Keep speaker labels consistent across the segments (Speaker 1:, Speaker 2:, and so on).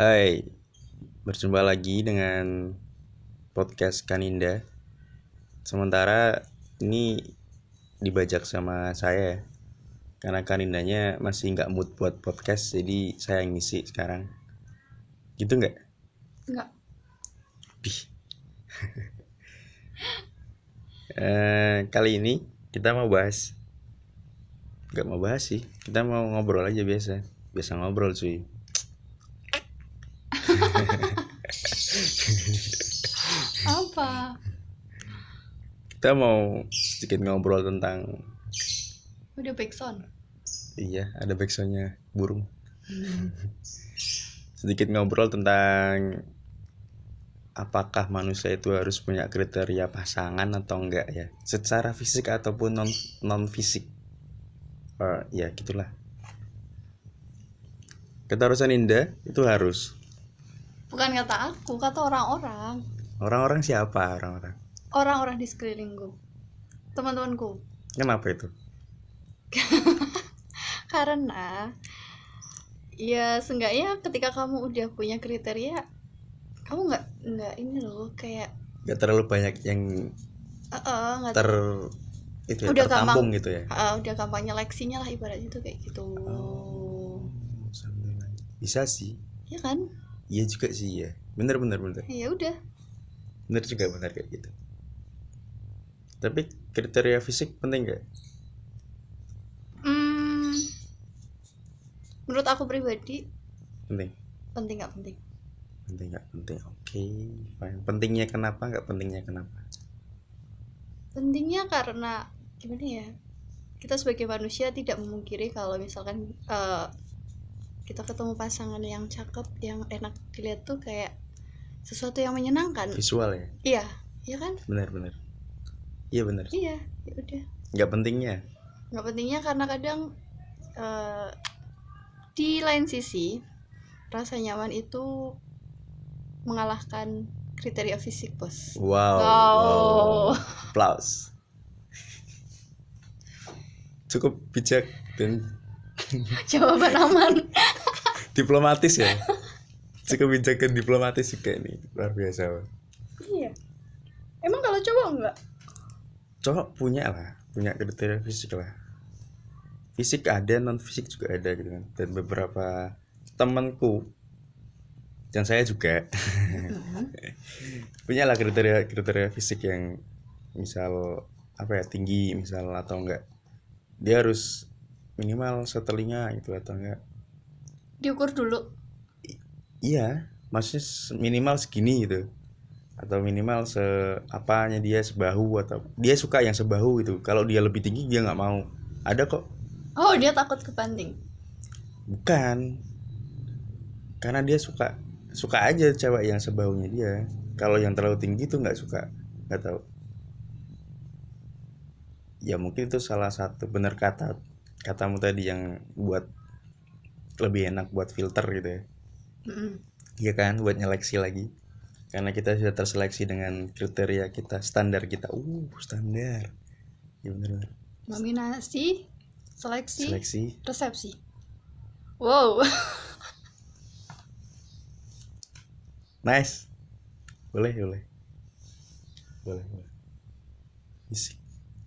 Speaker 1: Hai, berjumpa lagi dengan podcast Kaninda. Sementara ini dibajak sama saya ya, karena Kanindanya masih nggak mood buat podcast, jadi saya yang ngisi sekarang. Gitu nggak?
Speaker 2: Enggak.
Speaker 1: Bih. Eh, kali ini kita mau bahas, nggak mau bahas sih, kita mau ngobrol aja biasa, biasa ngobrol cuy.
Speaker 2: Apa?
Speaker 1: Kita mau sedikit ngobrol tentang
Speaker 2: Udah backsound.
Speaker 1: Iya, ada backsoundnya burung. Sedikit ngobrol tentang apakah manusia itu harus punya kriteria pasangan atau enggak ya, secara fisik ataupun non non fisik. Eh, ya gitulah. Keterusan Indah itu harus.
Speaker 2: Bukan kata aku, kata orang-orang.
Speaker 1: Orang-orang siapa orang-orang?
Speaker 2: Orang-orang di sekelilingku. Teman-temanku.
Speaker 1: Kenapa itu?
Speaker 2: Karena ya seenggaknya ketika kamu udah punya kriteria kamu nggak nggak ini loh kayak
Speaker 1: Gak terlalu banyak yang
Speaker 2: eh eh, nggak
Speaker 1: ter itu ya,
Speaker 2: Udah
Speaker 1: tertampung gitu ya.
Speaker 2: eh, udah gampang nyeleksinya lah ibaratnya tuh kayak gitu
Speaker 1: Oh, sambil lagi. Bisa sih.
Speaker 2: ya kan
Speaker 1: Iya juga sih ya. Bener bener bener.
Speaker 2: ya udah
Speaker 1: Bener juga bener kayak gitu. Tapi kriteria fisik penting gak?
Speaker 2: Hmm, menurut aku pribadi
Speaker 1: Penting.
Speaker 2: penting nggak penting
Speaker 1: Penting gak penting. Oke. fine. Pentingnya kenapa? Gak pentingnya kenapa?
Speaker 2: pentingnya karena gimana ya kita sebagai manusia tidak memungkiri kalau misalkan eh, kita ketemu pasangan yang cakep yang enak dilihat tuh kayak sesuatu yang menyenangkan
Speaker 1: Visual ya.
Speaker 2: iya iya kan
Speaker 1: Bener bener. Iya bener.
Speaker 2: iya ya udah
Speaker 1: Gak pentingnya.
Speaker 2: nggak pentingnya karena kadang eh, di lain sisi rasa nyaman itu mengalahkan kriteria fisik bos
Speaker 1: Wow.
Speaker 2: Wow.
Speaker 1: Applause. Cukup bijak dan
Speaker 2: jawaban aman
Speaker 1: diplomatis ya. Cukup bijak dan diplomatis juga ini. Luar biasa. Bang.
Speaker 2: iya emang kalau cowok enggak
Speaker 1: cowok punya lah punya kriteria fisik lah fisik ada non fisik juga ada gitu kan dan beberapa temanku dan saya juga punya lah kriteria kriteria fisik yang misal apa ya tinggi misal atau enggak dia harus minimal setelinga gitu atau enggak
Speaker 2: diukur dulu
Speaker 1: iya maksudnya se- minimal segini gitu atau minimal se apanya dia sebahu atau dia suka yang sebahu gitu kalau dia lebih tinggi dia nggak mau ada kok
Speaker 2: Oh dia takut kebanting.
Speaker 1: bukan karena dia suka suka aja cewek yang sebahunya dia kalau yang terlalu tinggi tuh nggak suka nggak tahu ya mungkin itu salah satu bener kata katamu tadi yang buat lebih enak buat filter gitu ya Iya kan buat nyeleksi lagi karena kita sudah terseleksi dengan kriteria kita standar kita uh standar ya bener bener
Speaker 2: Nominasi, seleksi,
Speaker 1: seleksi
Speaker 2: resepsi. Wow.
Speaker 1: nice boleh boleh boleh boleh fisik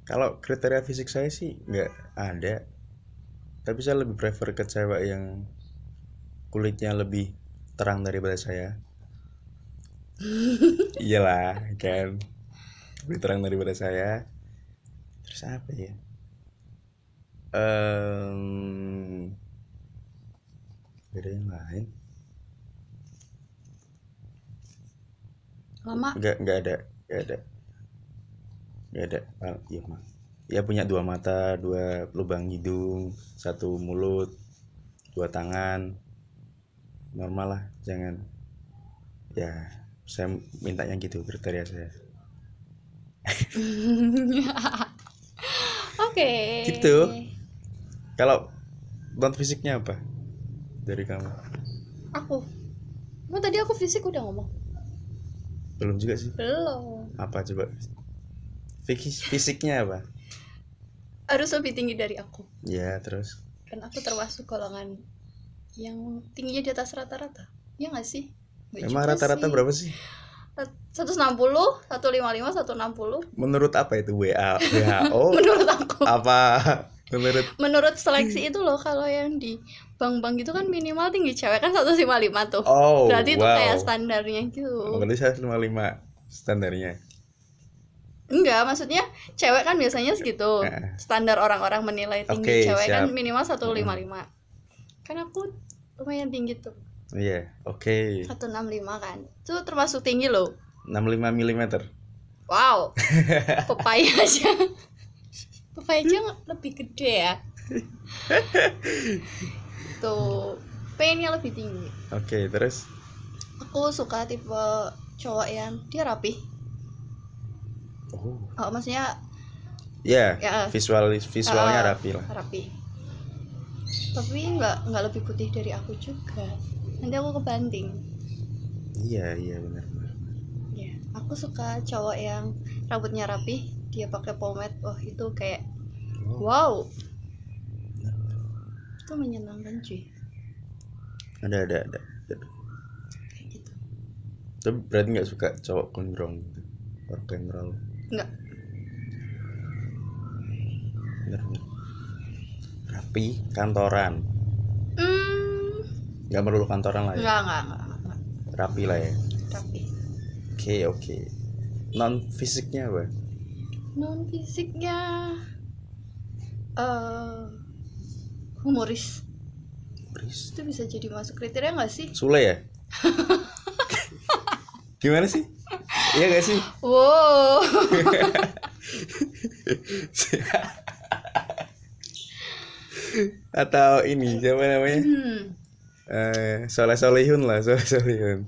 Speaker 1: kalau kriteria fisik saya sih nggak ada tapi saya lebih prefer ke cewek yang kulitnya lebih terang daripada saya iyalah kan lebih terang daripada saya terus apa ya Em, nggak ada yang lain
Speaker 2: Lama.
Speaker 1: nggak nggak ada nggak ada nggak ada ah, iya mah ya punya dua mata dua lubang hidung satu mulut dua tangan normal lah jangan ya saya mintanya gitu kriteria saya
Speaker 2: Oke.
Speaker 1: Gitu. kalau non fisiknya apa dari kamu
Speaker 2: Aku. Emang tadi aku fisik udah ngomong.
Speaker 1: belum juga sih
Speaker 2: Belum.
Speaker 1: apa coba Fis- fisiknya apa
Speaker 2: Harus lebih tinggi dari aku.
Speaker 1: ya terus
Speaker 2: Kan aku termasuk golongan yang tingginya di atas rata-rata. Iya nggak sih? Nggak
Speaker 1: Emang
Speaker 2: juga
Speaker 1: rata-rata
Speaker 2: sih.
Speaker 1: berapa sih?
Speaker 2: 160, 155, 160
Speaker 1: Menurut apa itu WA, WHO
Speaker 2: menurut aku.
Speaker 1: apa menurut
Speaker 2: Menurut
Speaker 1: Hmm.
Speaker 2: seleksi itu loh kalau yang di bank-bank gitu kan minimal tinggi cewek kan 155 tuh.
Speaker 1: Oh,
Speaker 2: Berarti itu
Speaker 1: wow. Oh,
Speaker 2: kayak standarnya gitu.
Speaker 1: Berarti saya 55 standarnya.
Speaker 2: Enggak, maksudnya cewek kan biasanya segitu.
Speaker 1: Nah.
Speaker 2: Standar orang-orang menilai tinggi
Speaker 1: Oke,
Speaker 2: cewek kan
Speaker 1: siap. Hmm.
Speaker 2: minimal 155. Kan aku lumayan tinggi tuh.
Speaker 1: Iya, oke.
Speaker 2: 165 kan. Itu termasuk tinggi loh.
Speaker 1: 65 mm.
Speaker 2: Wow. Pepaya aja. Pepaya aja lebih gede ya. Tuh, pengennya lebih tinggi.
Speaker 1: Oke, terus
Speaker 2: Aku suka tipe cowok yang dia rapih.
Speaker 1: oh,
Speaker 2: Oh, maksudnya
Speaker 1: ya,
Speaker 2: ya
Speaker 1: visual visualnya
Speaker 2: Ah.
Speaker 1: rapi lah.
Speaker 2: rapi tapi nggak nggak lebih putih dari aku juga nanti aku kebanting
Speaker 1: Iya, iya benar benar.
Speaker 2: ya aku suka cowok yang rambutnya rapi dia pakai pomade oh itu kayak
Speaker 1: Oh,
Speaker 2: wow
Speaker 1: benar, benar.
Speaker 2: itu menyenangkan cuy
Speaker 1: Ada ada ada.
Speaker 2: kayak gitu
Speaker 1: Tapi berarti nggak suka cowok gondrong gitu. Orang gondrong.
Speaker 2: Nggak.
Speaker 1: Benar benar. Rapi kantoran.
Speaker 2: hmm
Speaker 1: Nggak perlu kantoran lah ya.
Speaker 2: nggak nggak nggak nggak, nggak.
Speaker 1: Rapi lah ya.
Speaker 2: rapi
Speaker 1: Oke, oke. Non fisiknya apa?
Speaker 2: non fisiknya eh humoris
Speaker 1: Beris.
Speaker 2: itu bisa jadi masuk kriteria nggak sih
Speaker 1: Sule ya? Gimana sih? Iya gak sih?
Speaker 2: wow
Speaker 1: Atau ini siapa namanya?
Speaker 2: hmm.
Speaker 1: Eh, Soleh Solehun lah, Soleh Solehun.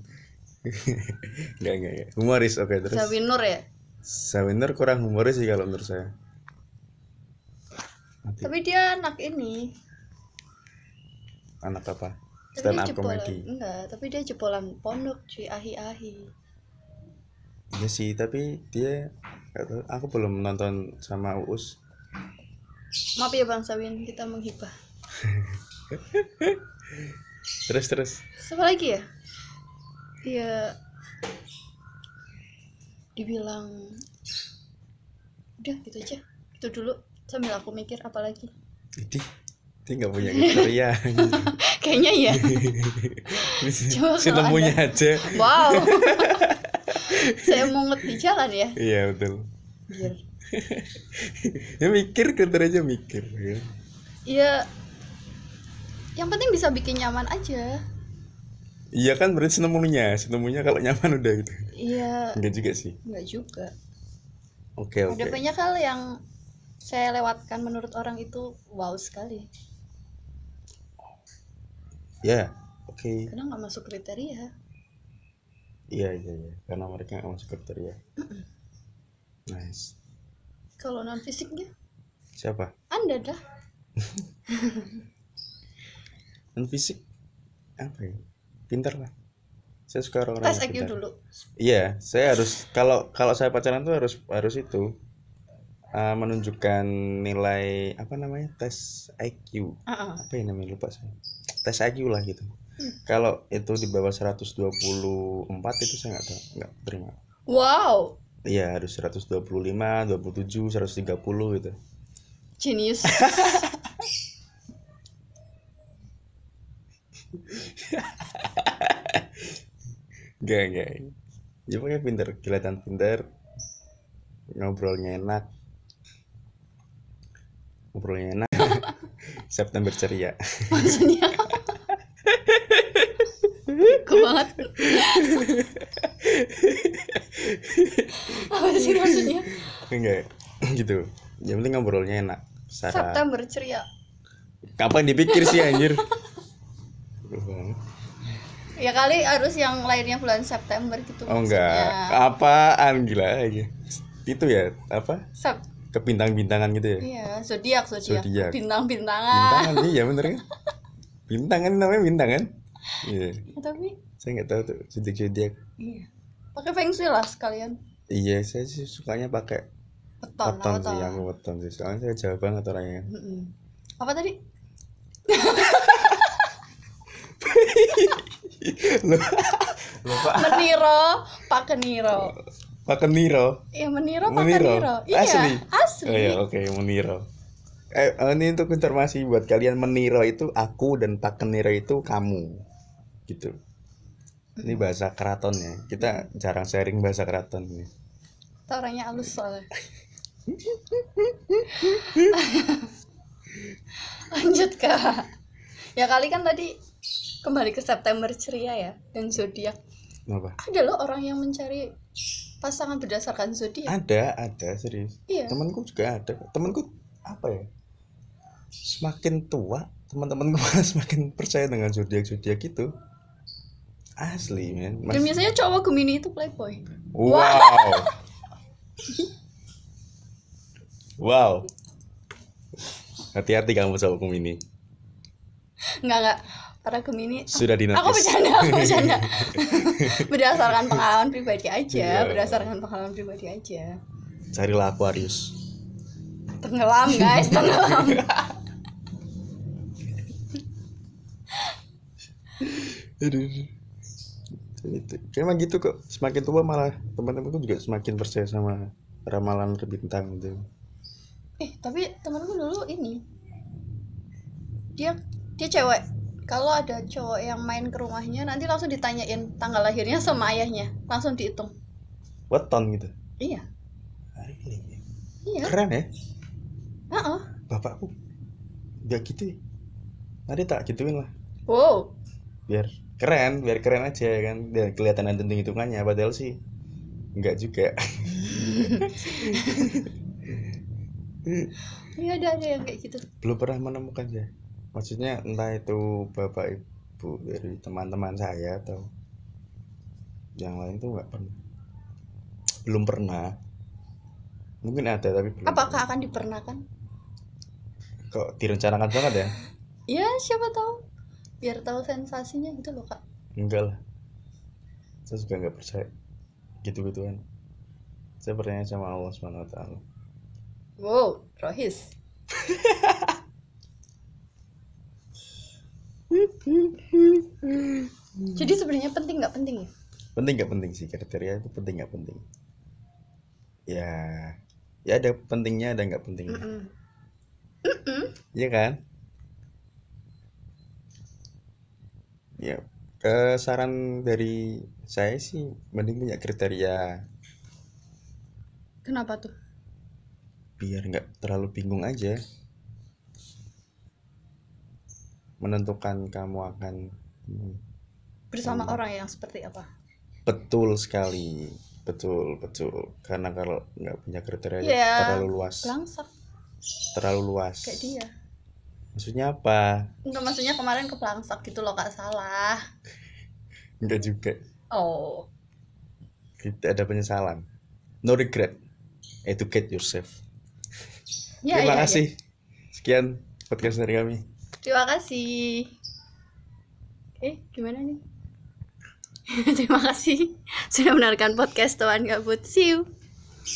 Speaker 1: Enggak, enggak, enggak. Humoris, oke terus.
Speaker 2: Zawinur ya
Speaker 1: Zawinur kurang humoris sih kalau menurut saya. Nanti
Speaker 2: tapi dia anak ini
Speaker 1: anak apa?
Speaker 2: tapi
Speaker 1: Stand
Speaker 2: dia
Speaker 1: up
Speaker 2: jebolan
Speaker 1: comedy.
Speaker 2: enggak tapi dia jebolan pondok cuy ahi ahi
Speaker 1: Iya sih, tapi dia nggak tahu, aku belum nonton sama Uus.
Speaker 2: maaf ya bang Sawin kita menghibah
Speaker 1: Terus terus.
Speaker 2: siapa lagi ya dia dibilang udah gitu aja itu dulu sambil aku mikir apa lagi
Speaker 1: Jadi dia nggak punya kriteria.
Speaker 2: kayaknya ya Coba
Speaker 1: si
Speaker 2: kalau
Speaker 1: nemunya aja.
Speaker 2: wow saya mungut di jalan ya
Speaker 1: Iya betul.
Speaker 2: Biar-
Speaker 1: Ya mikir kriterianya mikir. ya.
Speaker 2: ya yang penting bisa bikin nyaman aja
Speaker 1: Iya kan berarti senemunya, senemunya kalau nyaman udah gitu.
Speaker 2: iya
Speaker 1: Enggak juga sih.
Speaker 2: enggak juga
Speaker 1: Oke
Speaker 2: Ada
Speaker 1: Ya, oke.
Speaker 2: banyak hal yang saya lewatkan menurut orang itu wow sekali.
Speaker 1: Ya oke.
Speaker 2: Karena nggak masuk kriteria.
Speaker 1: Iya iya iya. Karena mereka nggak masuk kriteria. Nice.
Speaker 2: Kalau non fisiknya,
Speaker 1: Siapa?
Speaker 2: Anda dah.
Speaker 1: Non fisik apa ya? Pintar lah. Saya suka orang-orang
Speaker 2: Tes
Speaker 1: yang
Speaker 2: IQ
Speaker 1: pintar.
Speaker 2: dulu.
Speaker 1: Iya, saya harus kalau kalau saya pacaran tuh harus harus itu eh, menunjukkan nilai apa namanya tes IQ
Speaker 2: Ah, ah.
Speaker 1: apa ya namanya lupa saya tes IQ lah gitu. Kalau itu di bawah 124 itu saya nggak tahu- nggak terima.
Speaker 2: Wow,
Speaker 1: Iya harus 125, 27, 130 gitu.
Speaker 2: genius.
Speaker 1: Enggak enggak. Ya pokoknya pinter, kelihatan pinter, ngobrolnya enak, ngobrolnya enak. September ceria.
Speaker 2: Maksudnya. Kok banget. Apa sih maksudnya?
Speaker 1: enggak gitu yang penting ngobrolnya enak secara
Speaker 2: September ceria.
Speaker 1: kapan dipikir sih anjir oh
Speaker 2: Ya kali harus yang lahirnya bulan September gitu
Speaker 1: Oh, enggak
Speaker 2: maksudnya.
Speaker 1: apaan gila aja itu ya apa
Speaker 2: Sep
Speaker 1: kebintang-bintangan gitu ya
Speaker 2: Iya, zodiak, zodiak,
Speaker 1: Zodiak.
Speaker 2: bintang-bintangan.
Speaker 1: bintangan iya bener kan bintangan namanya bintangan iya
Speaker 2: Tapi
Speaker 1: saya nggak tahu tuh zodiak zodiak
Speaker 2: Iya. Pakai feng shui lah sekalian.
Speaker 1: iya saya sih sukanya pakai
Speaker 2: Beton,
Speaker 1: weton sih
Speaker 2: apa
Speaker 1: aku weton sih soalnya saya jawa banget orangnya
Speaker 2: Apa tadi?
Speaker 1: Lu Pak
Speaker 2: meniro pak keniro
Speaker 1: Pak Keniro.
Speaker 2: ya meniro pak
Speaker 1: Meniro?
Speaker 2: keniro iya
Speaker 1: Asli?
Speaker 2: asli,
Speaker 1: Oh ya, oke, Meniro. Eh, eh, ini untuk informasi buat kalian Meniro itu aku dan Pak Keniro itu kamu. Gitu.
Speaker 2: Hmm.
Speaker 1: Ini bahasa keraton ya. Kita jarang sharing bahasa keraton ini.
Speaker 2: Kita orangnya halus soalnya lanjut kak ya kali kan tadi kembali ke September ceria ya dan zodiak
Speaker 1: Kenapa?
Speaker 2: ada loh orang yang mencari pasangan berdasarkan zodiak
Speaker 1: Ada, ada serius.
Speaker 2: iya
Speaker 1: Temanku juga ada. Temanku apa ya? Semakin tua, teman-temanku malah semakin percaya dengan zodiak-zodiak itu. Asli, men. Mas-
Speaker 2: dan biasanya cowok gemini itu playboy
Speaker 1: Wow. wow. Hati-hati kamu cowok ini.
Speaker 2: nggak nggak para gemini
Speaker 1: Sudah dinotis.
Speaker 2: aku bercanda aku bercanda berdasarkan pengalaman pribadi
Speaker 1: Iya.
Speaker 2: aja berdasarkan pengalaman pribadi aja
Speaker 1: Carilah Aquarius.
Speaker 2: tenggelam guys tenggelam
Speaker 1: Aduh. Itu. Cuma gitu kok. Semakin tua malah teman-temanku juga semakin percaya sama ramalan gitu. bintang itu.
Speaker 2: eh tapi temanku dulu ini dia dia cewek kalau ada cowok yang main ke rumahnya nanti langsung ditanyain tanggal lahirnya sama ayahnya langsung dihitung
Speaker 1: Weton gitu.
Speaker 2: iya iya
Speaker 1: Keren ya.
Speaker 2: Heeh.
Speaker 1: Bapakku. Gak gitu. ya. Nanti tak gituin lah.
Speaker 2: wow
Speaker 1: biar keren biar keren aja ya kan biar kelihatan ada hitung hitungannya padahal sih enggak juga
Speaker 2: iya ada ada yang kayak gitu
Speaker 1: belum pernah menemukan ya maksudnya entah itu bapak ibu dari teman-teman saya atau yang lain tuh nggak pernah belum pernah mungkin ada tapi belum
Speaker 2: apakah akan dipernakan
Speaker 1: kok direncanakan banget ya
Speaker 2: ya siapa tahu biar tahu sensasinya gitu loh kak
Speaker 1: enggak lah saya juga nggak percaya gitu gituan saya percaya sama Allah Subhanahu Wa Taala
Speaker 2: wow Rohis jadi sebenarnya penting nggak penting ya
Speaker 1: penting nggak penting sih kriteria itu penting nggak penting ya ya ada pentingnya ada nggak pentingnya
Speaker 2: Mm-mm.
Speaker 1: Iya kan ya eh, saran dari saya sih mending punya kriteria
Speaker 2: kenapa tuh
Speaker 1: biar nggak terlalu bingung aja menentukan kamu akan hmm,
Speaker 2: bersama
Speaker 1: Sama.
Speaker 2: orang yang seperti apa
Speaker 1: betul sekali betul betul karena kalau nggak punya kriteria
Speaker 2: Ya,
Speaker 1: terlalu luas
Speaker 2: belangsak
Speaker 1: terlalu luas
Speaker 2: kayak dia
Speaker 1: maksudnya apa
Speaker 2: Enggak maksudnya kemarin ke belangsak gitu loh kak salah
Speaker 1: enggak juga
Speaker 2: oh
Speaker 1: kita ada penyesalan no regret educate yourself
Speaker 2: ya,
Speaker 1: terima
Speaker 2: ya, ya.
Speaker 1: kasih sekian podcast dari kami
Speaker 2: terima kasih eh gimana nih terima kasih sudah mendengarkan podcast Tuan Gabut see you